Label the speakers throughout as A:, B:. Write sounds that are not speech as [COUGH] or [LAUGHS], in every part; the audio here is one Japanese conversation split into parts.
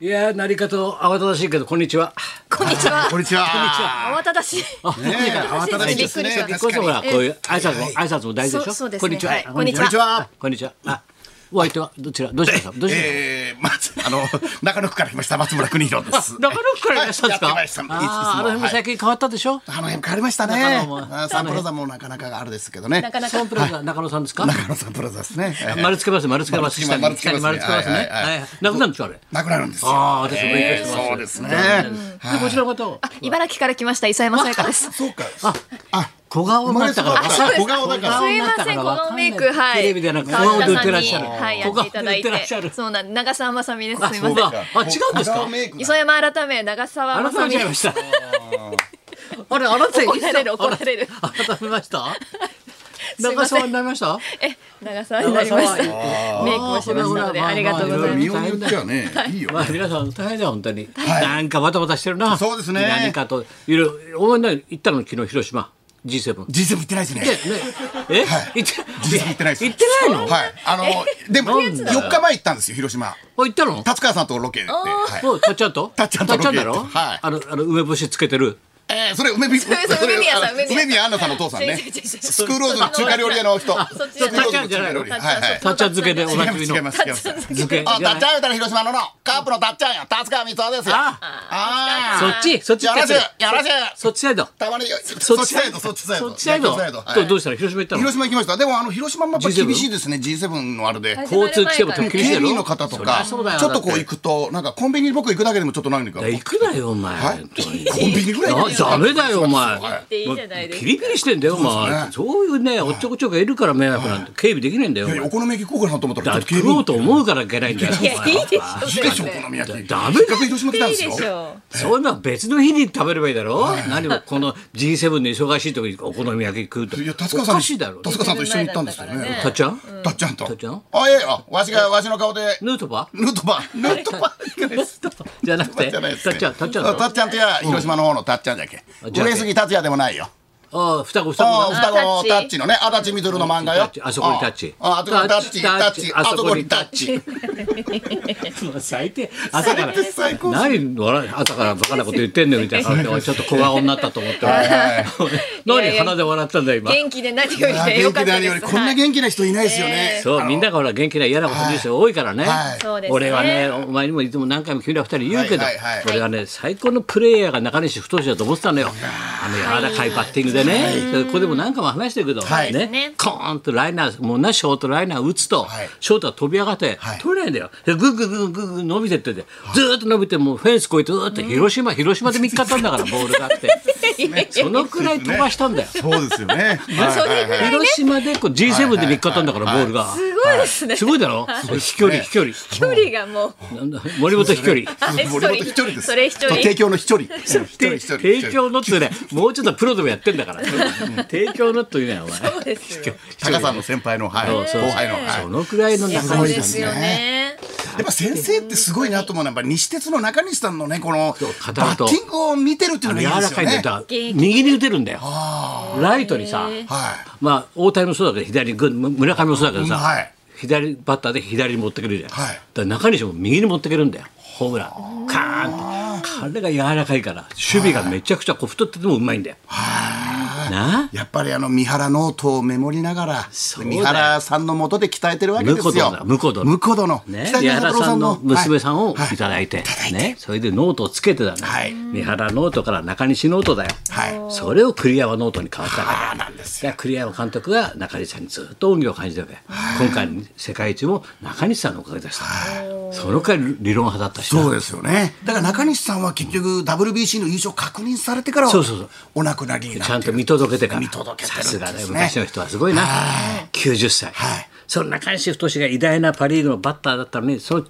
A: いやー、なり方慌ただしいけど、こんにちは。
B: こんにちは。
C: こんにちは。
B: 慌ただしい。
C: ねえ慌ただしいですね。
B: びっくり
A: こういうところはこういう挨拶も、
C: はい
A: 挨拶も大事でしょ
B: そうそうですね
A: こんにちは
B: はい。
A: あ
C: こんにちは。
A: こんにちは。あ、お相手はどちら、どちらさん、どちらさん。
C: えー、まず、あ [LAUGHS] の、中野区から来ました、松村邦弘 [LAUGHS] です。
A: 中野区からいらっしゃるんですか。
C: はいやってまいりましたいついつ
A: あー
C: も
A: あの辺も最近変わったでしょ。
C: あの辺変わりましたね。
A: 中野も
C: あーサンプラザもなかなかあるですけどね。
B: なかな
A: ソ
B: か
A: ン。プラザ中野さんですか。
C: 中野サンプラザですね。えー
A: 丸つけます、丸つけます。
C: 丸つ
A: 下に下
C: けます
A: に丸つけますね。
C: はいはいはい
A: はいはいなくなるんでしょあれ。
C: なくなるんですよ。
A: あー私もびっくりしてます
C: そうですね。
A: で、こちらの方。
B: あ茨城から来ました、磯山さやかです。
C: そうか。
A: あ、あ、小顔になったから。
C: 生まれ育った小顔だから
B: すいません、このメイク、はい。
A: テレビではなく小
B: 川
A: 顔で
B: 端
A: 売っ
B: さ
A: て
B: んに
A: らっしゃる。
B: はい、や
A: 小
B: って
A: 顔で売
B: いただ
A: っ
B: い
A: てらってしゃる。。
B: そうなん、長澤まさみです。
A: あ
B: すい
A: そ
B: ま
A: う
B: せん。
A: だあ違うんですか
C: 小顔メイクだ
B: 磯山改め、長澤まさ
A: 改
B: み
A: め。ました。あれ、改め
B: 怒られる怒られる
A: 改めました。
B: [LAUGHS] すいま
A: 長
B: せん
A: 澤になりました。
B: え、長澤になりました。
A: 長澤
B: メイクをしましたので、
A: あー
B: ありがとうござい
A: ま
B: ま
A: あ
B: す。
C: 身をによってはね、いいよ
A: [LAUGHS] まあ、
C: ね。
A: 皆さん大変だよ、本当に。
C: 変
A: なんかバタバタしてるな。
C: そうですね
A: 何かと、いろいろ、お前何行ったの、昨日広島。G7。
C: 人生も行ってないですね。
A: でね、え、
C: はい
A: 行って、
C: 実際行ってないです。
A: 行ってないの。
C: はい。あの、でも、
A: なんだ
C: 4日前行ったんですよ、広島。
A: お、行ったの。
C: 達川さんとロケで。はい
A: お、たっちゃんと。
C: たっちゃんとロケ
A: だろ。
C: はい
A: あの、あの梅干しつけてる。
C: えー、それ梅宮
B: れそれ梅宮さん梅宮さん
C: 梅宮アンナさんのお父さん
B: 違う
C: ね
B: 違う違う
C: スクールオーズの中華料理屋の人
B: あそっちじ
C: ス
B: ゃ
C: ク
B: ない
C: ールオーズの中華料理屋
B: たっちゃんじゃない
C: はいはい
A: たっちゃん漬けでおなじみの。
C: 違います違います違います
A: 漬け。
C: あ、
A: じゃな
C: たっ
A: い
C: ちゃん言うたら広島ののカープのたっちゃんや達川光雄ですよ
A: あ
C: あ
A: そっち、そっち
C: よろしい
A: つけて
C: よろしい
A: そっちサイド。
C: たまに
A: そ
C: そ
A: っ
C: っ
A: ち
C: ち
A: サ
C: サ
A: イ
C: イ
A: ド
C: ドそっちサイド
A: そっちサイド。
C: 野球はい
A: どうどうしたの広島行ったの。
C: 広島行きましたでもあの広島もやっぱ
A: G7
C: 厳しいですね G7 のあれで
A: 交通規制も
C: 警
A: 厳しいだろ
C: 備員の方と
A: そりゃ
C: かち
A: そうだよ
C: ょっとこ
A: だっ
C: う
A: て
C: 行くとなんかコンビニに僕行くだけでもちょっと何か
A: いや行くなよお前。
C: はいコンビニぐらい
A: なダメだよお前
C: はい
B: いいじゃないです
A: ピ
B: か。
A: リピリしてんだよお
C: です
A: 前。
C: ね
A: そういうねおっちょこちょがいるから迷惑なんて警備できないんだよ。お
C: いや
A: 前
C: お好み焼き行こうかなと思ったら
A: だ
C: ち
A: って
C: ょと警
A: 食お
C: 備員
A: うと思うからいけないんだよ。
B: いや、いいでしょ
C: いいでしょお好み焼き
A: だダメだ
C: せっかく広島来たん
B: いい
C: ですよ
B: でしょう。
A: そういうのは別の日に食べればいいだろ。何もこの G7 で忙しい時にお好み焼き食うと
C: いや、達
A: お
C: 川さん。
A: かしいだろ。
C: 達川さんと一緒に行ったんですよね。
A: たっちゃん
C: たっちゃんと。
A: たっちゃん
C: あ、いやいや、わしが、わしの顔で。
A: ヌートバー
C: ヌートバ
A: [LAUGHS]
C: ー。ヌートバー。ヌートバー
A: じゃなくて
C: じゃないです
A: た
C: ね
A: っちゃんたっちゃんだ
C: あ
A: ろ
C: たっちゃんとや、広島の方のたっちゃんじゃけ。
A: じゃけ
C: 上杉達也でもないよ。
A: ああ双子双子
C: あ
A: だな。
C: あ、双子の
B: タ
C: タ
B: ッチ
C: ッチのね、足立みどるの漫画よ。
A: あそこにタッチ
C: ああ、あそこにタッチ、タッチ、あそこにタッチ。
A: もう最低朝から
C: 最低 [LAUGHS] 最高
A: 何笑い朝からバカなこと言ってんねんみたいな感じでちょっと小顔になったと思って
C: はいはい
B: いや
A: 何
B: いや
A: 鼻で笑ったんだよ今
B: 元気で何より
C: あ
B: で [LAUGHS] よ
C: 元
B: かっ
C: 気で
B: た
C: ある
B: で
C: より、
B: す。
C: こんな元気な人いないですよね。
A: そうみんながほら元気な嫌なことニュース多いからね、
C: はい
B: そうですね
A: 俺はねお前にもいつも何回も君ら二人言うけど、
C: はいはいはい
A: 俺はね最高のプレイヤーが中西太志だと思ってたのよあの柔らかいバッティングでね、それここでも何回も話してるけど、
C: はい
A: ね
B: ね
A: コーンとライナーもうなショートライナー打つと、
C: はい
A: ショートは飛び上がって、
C: はい
A: 取れないんだよでググググググ伸びてっててずーっと伸びてもうフェンス越えてずーっと広島、広島で見つかったんだからボールがあってそのくらい飛ばしたんだよ。
C: そうですよね。
B: [LAUGHS] それぐらいね、
A: 広島でこう G7 で見つかったんだから、
C: はいは
A: ボ
C: い
A: ールが。
B: すごいですね。
A: すごいだろ飛距離
C: ね
A: 飛距離
B: 距離がもう。
A: なんだ森本飛距離
C: 森本一人です。
B: それ一人
C: 提供の一人。一人一人
A: 提供のってねもうちょっとプロでもやってんだから提供のというねお前
B: そうですよ。
C: タカさんの先輩の、はい、後
A: そうそう
C: 輩の。はい
A: そのくらいの中
B: そう
A: 身
B: で
A: だ
B: すよね。
C: やっぱ先生ってすごいなと思うのはやっぱ西鉄の中西さんのねこの
A: 語ると
C: バッティングを見てるっていうのがい
A: 柔
C: いで
A: ら
C: す
A: か
C: よ
A: いんだよ
C: ね
A: だ。から右に打てるんだよライトにさ
C: は
A: まあ大谷もそうだけど左にぐ村上もそうだけど
C: うんは
A: さ
C: い
A: 左バッターで左に持ってくるじゃんだ
C: はい
A: から中西も右に持ってくるんだよホームランカーンって彼が柔らかいから守備がめちゃくちゃこう太っててもうまいんだよなあ
C: い。やっぱりあの三原ノートをメモりながら
A: そうだよ
C: 三原さんのもとで鍛えてるわけですよ。
A: 婿殿
C: 婿殿
A: ね、
C: 北
A: 三
C: 島三
A: 原
C: 郎
A: さんの娘さんを
C: はいはい
A: いただいて、
C: はい
A: ね、それでノートをつけてたの、
C: はい
A: 三原ノートから中西ノートだよ、
C: はい
A: それを栗山ノートに変わったから
C: あーなんです
A: だから栗山監督が中西さんにずっと恩義を感じたわけ、今回の世界一も中西さんのおかげでした、そのくらい理論派だったしな
C: そうですよね。だから中西さんは結局 WBC の優勝確認されてから
A: そうそうそう
C: お亡くなりになって
A: ちゃんと見届けてから
C: 見届けてる
A: さすがね
C: ですね
A: 昔の人はすごいな90歳、
C: はい
A: その中西太が偉大なパ・リーグのバッターだったのにその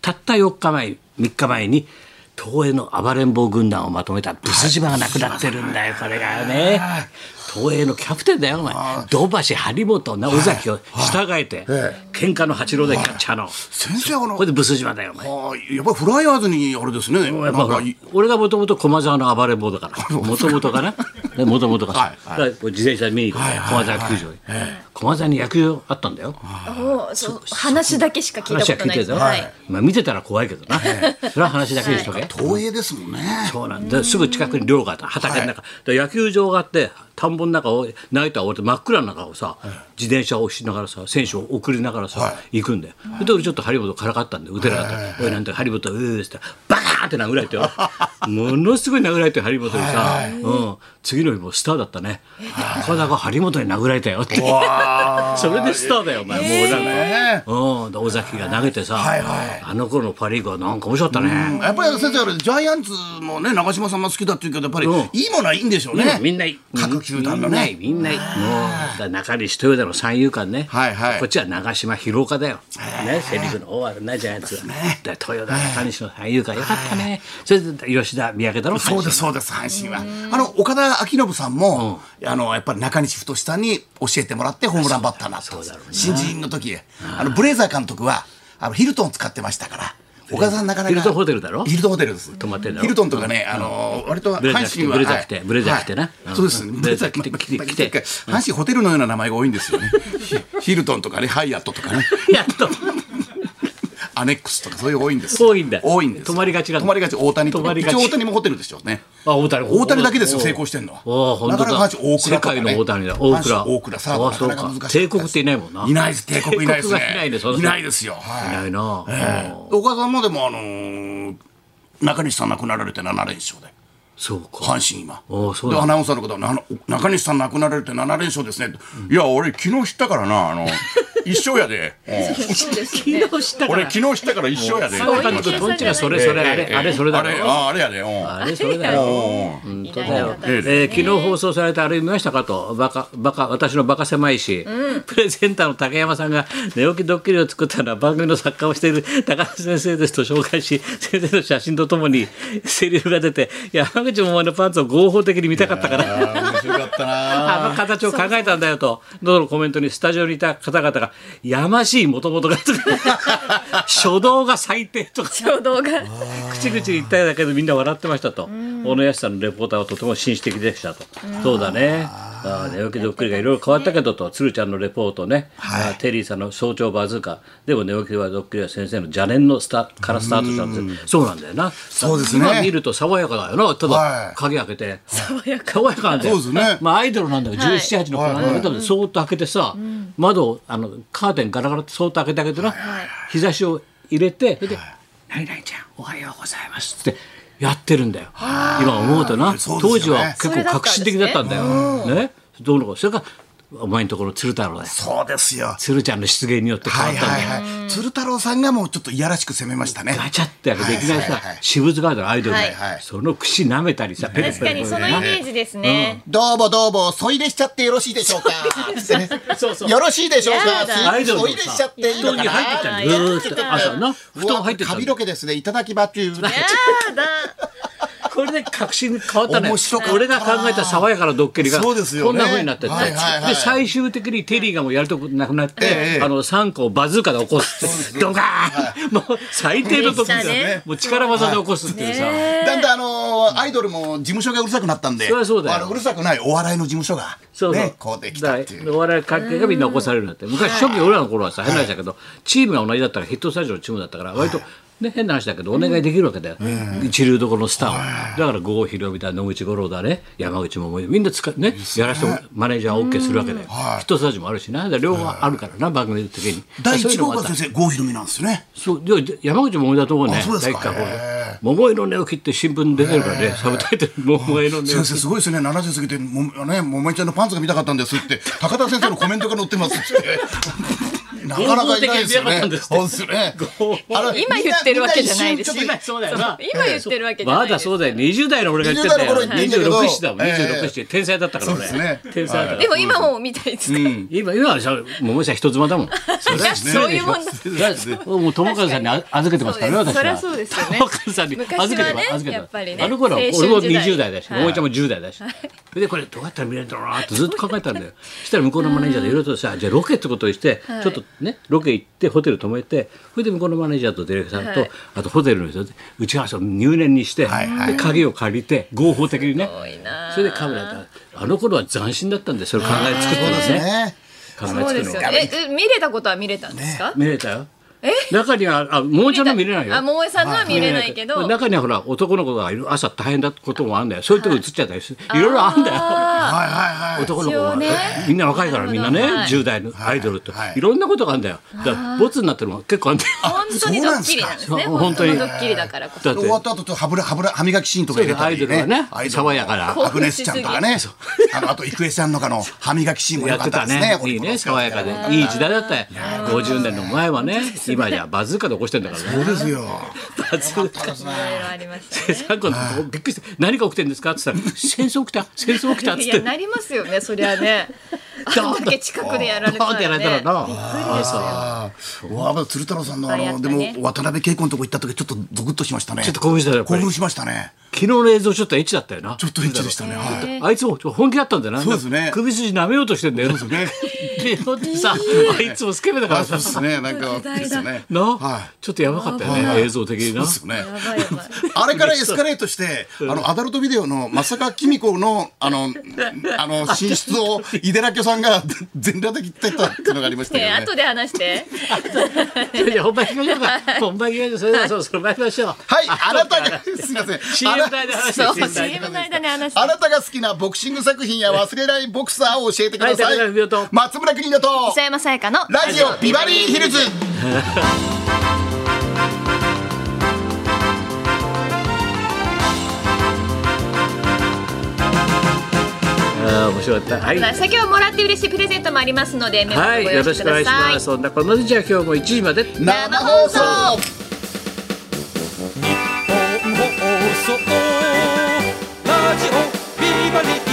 A: たった4日前3日前に東映の暴れん坊軍団をまとめたブス島がなくなってるんだよこれがね東映のキャプテンだよお前土橋張本な尾崎を従えて
C: え
A: 喧嘩の八郎でキャッチャーの
C: 先生あの
A: これでブス島だよお前
C: あーやっぱりフライヤーズにあれですね。な
A: や
C: ん
A: っぱほ
C: から
A: 俺がもともと駒沢の暴れん坊だ
C: [LAUGHS]
A: からもともとがねもともとが
C: はいはい
A: だからこう自転車見に行く
C: はいはいはい
A: 駒沢球場に
C: ええ
A: 駒沢に野球場あったんだよ。
B: おうそう話だけしか聞いた
A: 話
B: こ
A: は聞
B: と
A: い
B: な
A: て
B: いで
A: る
B: す
A: ぞ、
B: はい
A: まあ、見てたら怖いけどな、それは話だけにしとけ、
C: 東映ですもんね。
A: そうなんですぐ近くに寮があった畑の中、で野球場があって田んぼの中をナイターを置いて真っ暗の中をさ、自転車を押しながらさ選手を送りながらさ、行くんだよで俺ちょっとハリボトからかったんで打てなかった、おいなんてハリボトうーっつったらバカーって殴られてよものすごい殴られてハリボトにさ、うん、次の日もスターだったね高田がハリボトに殴られたよって [LAUGHS] それでスターだよお前もうなんか。
C: ね
A: うん、で尾崎が投げてさ、
C: はいはい
A: あの頃のパ・リーグはなんか面白かった
C: う
A: ね
C: ん、やっぱり先生あれジャイアンツもね長嶋さんも好きだっていうけどやっぱり
A: うん
C: いいものはいいんでしょうね。
A: みんないい
C: 各球団のね
A: みんないいみんないいもうだから中西豊田の三遊間ね、
C: はいはい
A: こっちは長島広岡だよ、ね、セ・リーグの大あるなジャイアンツは、だから豊田中西の三遊間よかったね、それで吉田三宅だろ
C: そうですそうです阪神は。あの岡田彰信さんも、あのやっぱり中西太さんに教えてもらってホームランバッターになったんです
A: そうだろうな
C: 新人の時あのブレイザー監督はあのヒルトン使ってましたから岡田さんなかなか
A: ヒルトンホテルだろ
C: ヒルトンホテルです泊
A: まってんだろ
C: ヒルトンとかねあの割と
A: ブレザー
C: 阪
A: 着て
C: 神は
A: ブレザー着て
C: はい
A: ブレザー着てな
C: はい
A: うん
C: そうです
A: うん
C: ブレザー着て
A: ブレザー着て着て
C: 阪神ホテルのような名前が多いんですよねヒ [LAUGHS] ヒルトンとかねハイアットとかね
A: やっと
C: アネックスとかそういう多いんです
A: 多いんだ
C: 多いんですよ
A: 泊まりがちなんだ
C: 泊まりがち大谷と
A: 泊ま
C: か
A: りがち
C: 一応大谷もホテルでしょうね
A: あ大谷
C: 大谷だけですよ成功してんのは
A: おお本当
C: なかな
A: だ
C: か阪神大
A: 世
C: 倉とか
A: 界
C: ね
A: の大谷だ大
C: 阪
A: 倉
C: 神大倉さあ
A: あそう
C: なかなか
A: か
C: 難しい
A: 帝国っていないもんない
C: ないです帝国いないですね
A: 帝国がいないねその
C: いないですよはい
A: いないな、
C: ええ
A: うん
C: お母さんもでもあのー中西さん亡くなられて7連勝で
A: そうか
C: 阪神今
A: おーそう
C: で
A: だ
C: アナウンサーの方な中西さん亡くなられて7連勝ですね」いや俺昨日知ったからな
A: [LAUGHS]
C: あの一生やでうん
B: そうですね
A: 昨日知ったから
C: 俺昨日知ったから一生やで」
A: そういう計算じゃないそれそれあれあれそれだろ
C: あれああれやでうん
A: あれそれだよ
C: うん
B: いない方
A: えー昨日放送されたあれ見ましたかとバカバカ私のバカ狭いし、プレゼンターの竹山さんが寝起きドッキリを作ったのは番組の作家をしている高橋先生ですと紹介し先生の写真とともにセリフが出て山口百恵のパンツを合法的に見たかったから。
C: あー面白かったな
A: あの形を考えたんだよと、どのコメントにスタジオにいた方々が、やましいもともとが、
B: [LAUGHS]
A: 初動が最低とか、
B: 衝動が
A: 口々言っただけでみんな笑ってましたと、小野安さんのレポーターはとても紳士的でしたと、そうだねあー寝起きどっくりがいろいろ変わったけどと鶴ちゃんのレポートね、あーテリーさんの早朝バズーカでも寝起きはどっくりは先生の邪念のスタからスタートしたんですよそうなんだよな
C: そうですね
A: 今見ると爽やかだよなた
C: は
A: だ
C: い
A: 鍵開けて
B: 爽やか
A: 爽やかなんだよ
C: そうですね
A: まあアイドルなんだよ
B: はい
A: 1718の子なんだけどそーっと開けてさ窓をあのカーテンガラガラってそーっと開けてあげてな日差しを入れてそれで「何々ちゃんおはようございます」ってやってるんだよ今思うとな
C: そう
A: 当
C: です
A: 時
C: よ
A: は
C: ね
A: 結構革新的だったんだよ。ねどうのこうのそれからお前のところ鶴太郎だよ
C: そうですよ
A: 鶴ちゃんの出現によって変
C: は
A: わ
C: い
A: ったんだ
C: はい
A: よ。
C: はい鶴太郎さんがもうちょっといやらしく攻めましたね
A: ガチャってやるできない
C: は
A: さ
C: いはいはい
A: 私物ガードのアイドルだよ
C: はいはい
A: その串舐めたりさペ
B: 確かにそのイメージですね
C: どうもどうも、そいでしちゃってよろしいでしょうか。ってね
A: [LAUGHS] そうそう
C: よろしいでしょう
B: や
C: か。
B: だ
C: そい
A: アイドルの
C: そいでしちゃ
A: さ
C: っていい
A: 布団
C: のか
A: に入ってっ
C: な。
A: たんだ
B: いい
A: よ
B: のかな
A: ずーっと朝な布団入ってっ
C: うわ
A: たん
C: 髪
A: だ
C: の
A: よ
C: 毛ですね、いただきまっていう。
B: やだ
A: これで確信変わったね
C: 面白かった
A: 俺が考えた爽やかなドッキリが
C: そうですよ
A: こん
C: ね
A: な風になってって、
C: はいはいはい
A: で最終的にテリーがもうやるとこなくなって、
C: ええ
A: あの3個をバズーカで起こすってドカーン、もう最低のドッキリだ
B: でしたね
A: ねもう力技で起こすっていうさ、
C: だんだんあのーアイドルも事務所がうるさくなったんで、
A: そりゃそうだよ
C: あのうるさくないお笑いの事務所が
A: そうそう、
C: ね、こうできたってい
A: だ
C: う。
A: からお笑い関係がみんな起こされるようになって昔初期俺らの頃はさ変な話だけど、チームが同じだったからヒットスタジオのチームだったから割と、ね、変な話だけどお願いできるわけだよ、一流どころのスターを、だから郷ひろみだ野口五郎だね山口百恵みんな使うねやらせてもマネージャーは OK するわけだよ、ヒットスタジオもあるしなだから両方あるからな、番組的に
C: 第一
A: そういうの
C: 号
A: もあっ
C: が
A: た
C: 先生、郷ひろみなんですよね。
A: そうで山口百恵だと思うね
C: あそうです
A: 第
C: か
A: 一回これ桃井の寝起きって新聞に出てるからねサブタイトル「桃井の寝起き」
C: 先生すごいですね70過ぎてもねもめちゃんのパンツが見たかったんですって高田先生のコメントが載ってますって
A: [LAUGHS]
C: なかなかいないですよね
A: 合法的に出なかったんですって
C: そうですよねあれ
B: 今言ってるわけじゃないです
C: みんな一瞬ちょ
A: そ
C: っと
A: うだよな
B: 今言ってるわけじゃな
A: ま
B: いで
A: だ
B: す
A: そうだ [LAUGHS] よ20代の俺が言ってたよ
C: 20代の頃言ってんだけど
A: 26歳だもん
C: え
A: 26
C: え
A: 歳天才だったから俺
C: そうですね
A: 天才だったか
B: で
A: ら
B: も今もみたいですね
A: 今今はしゃ桃井さん人妻だ
C: [LAUGHS]
A: もんそりゃ
B: そうい
A: [LAUGHS]
B: うもんだ
A: 失礼でしょもう友和さんにあ預けてますからね私は
B: そうですそりゃそうですよね
A: 友和さんに預けてます
B: 昔はね
A: 預けて
B: やっぱりね
A: あの頃は俺
B: 青
A: も
B: 春時代
A: 20代だし
B: はい
A: 桃井ちゃんも10代だしそれでこれどうやったら見れるんだろうなってずっと考えたんだよそしたら向こうのマネージャーでいろいろとさじゃあロケってことにして
B: はい
A: ちょっとねロケ行ってホテル泊めてそれで向こうのマネージャーとディレクター
B: は
A: と
B: い
A: あとホテルの人で打ち合わせを入念にして
C: はいはい
A: で鍵を借りて合法的にね
B: すごいなあ
A: それでカメラやったらあの頃は斬新だったんでそれを考え作ったんですね
C: ね
A: 考
B: そう
A: え
B: で
A: つく
B: す
A: の
B: よ
A: は。
B: ね。え、え見れたことは見れたんですか？
A: 見れたよ。中には、あ、もうちょっと見れないよ。
B: あ、桃江さんのは見れないけど。
A: 中にはほら男の子がいる朝大変だこともあるんだよそういうとこ映っちゃったりして、い、ろいろあるんだよ
C: はいはいはい。
A: 男の子は、
B: 一応ね
A: みんな若いからみんなね、
B: なるほどはい
A: 10代のアイドルって、
C: はいい、
A: ろんなことがあるんだよだからボツになってるのは結構あるんだよ
B: 本当にドッキリなんですね。
A: そう本当に
B: ドッキリだからこ
A: だ
B: そ。
A: っ
C: 終わってた後ちょっと歯ブラ歯ブラ歯磨きシーンとか入れた
A: [LAUGHS]
C: り
A: そうアイドルはね
C: アイドル
A: 爽やかな
C: アグネスちゃんとかね。あのあと郁恵さんのかの歯磨きシーンも
A: や
C: 良
A: っ
C: かってた
A: た
C: ですね
A: ね。いいね爽やかで
C: そう
A: いい時代だったよ50年の前はね今じゃバズーカで起こしてんだからね
C: ですよ。
A: [LAUGHS] バズーカ
B: いろいろありましたね。
A: さっきのびっくりして何が起きてるんですかって言
B: [LAUGHS]
A: ったら戦争起きた戦争起きたっつ
B: い
A: って
B: やなりますよね、そりゃ
A: [LAUGHS]
B: ね。あんだけ近くでやられた
A: ドーン
B: ら
A: って
B: ね。
A: やられたらな
B: びっくりですよ。
C: ああ、わあ鶴太郎さんのあ
B: いっぱいあ
C: の
B: っ
C: で
B: たね
C: も渡辺恵子のとこ行った時ちょっとゾクッとしましたね。
A: ちょっと興奮したよやっぱ
C: 興
A: り
C: 奮しましたね。
A: 昨日の映像ちょっとエッチだったよな
C: ちょっとエッチでしたね。はい
A: あいつも本気だったんだよな。
C: そうですね
A: 首筋舐めようとしてんだよ。そう
C: です
A: って
C: [LAUGHS]
A: さ、あいつもスケベだか
C: あ
A: ら
C: そう
A: さ
C: で。す [LAUGHS] ね。なんかですよね。
A: な、
C: は
A: ちょっとやばかったよね、映像的にな。
C: い。ですよね。
B: やばいやばい。
C: あれからエスカレートして、あの、アダルトビデオの松坂公子の、あの、あの、進出を、井出らきょさんが全裸で切ってたっていうのがありましたけど
B: ね、
A: [LAUGHS]
C: ね。
B: 後で話して。
A: いや、本番行きましょうか。本番行きましょう。それではそろそろ参りましょう。
C: はい、あなたが、すいません。あ
A: CM
C: な
A: 代で [LAUGHS] 話
B: そう、
A: して
B: CM の間に話して
C: あ。なたが好きなボクシング作品や忘れないボクサーを教えてくださ
A: はい
C: い。
A: 高橋文夫と
C: 松村邦人と、
B: 磯山さやかの
C: ラジオビバリーヒルズ。
A: ああ、面白かった。はい。
B: 先はもらって嬉しいプレゼントもありますので、メモ
A: は
B: で
A: い、
B: ご
A: よ
B: 用
A: ろ
B: 意
A: し
B: し
A: く
B: て
A: お願
B: く
A: い
B: だ
A: し
B: さい
A: ま。す。そんなこんなでじゃあ今日も1時まで。
B: 生放送
D: 日本放送ラジオビバリー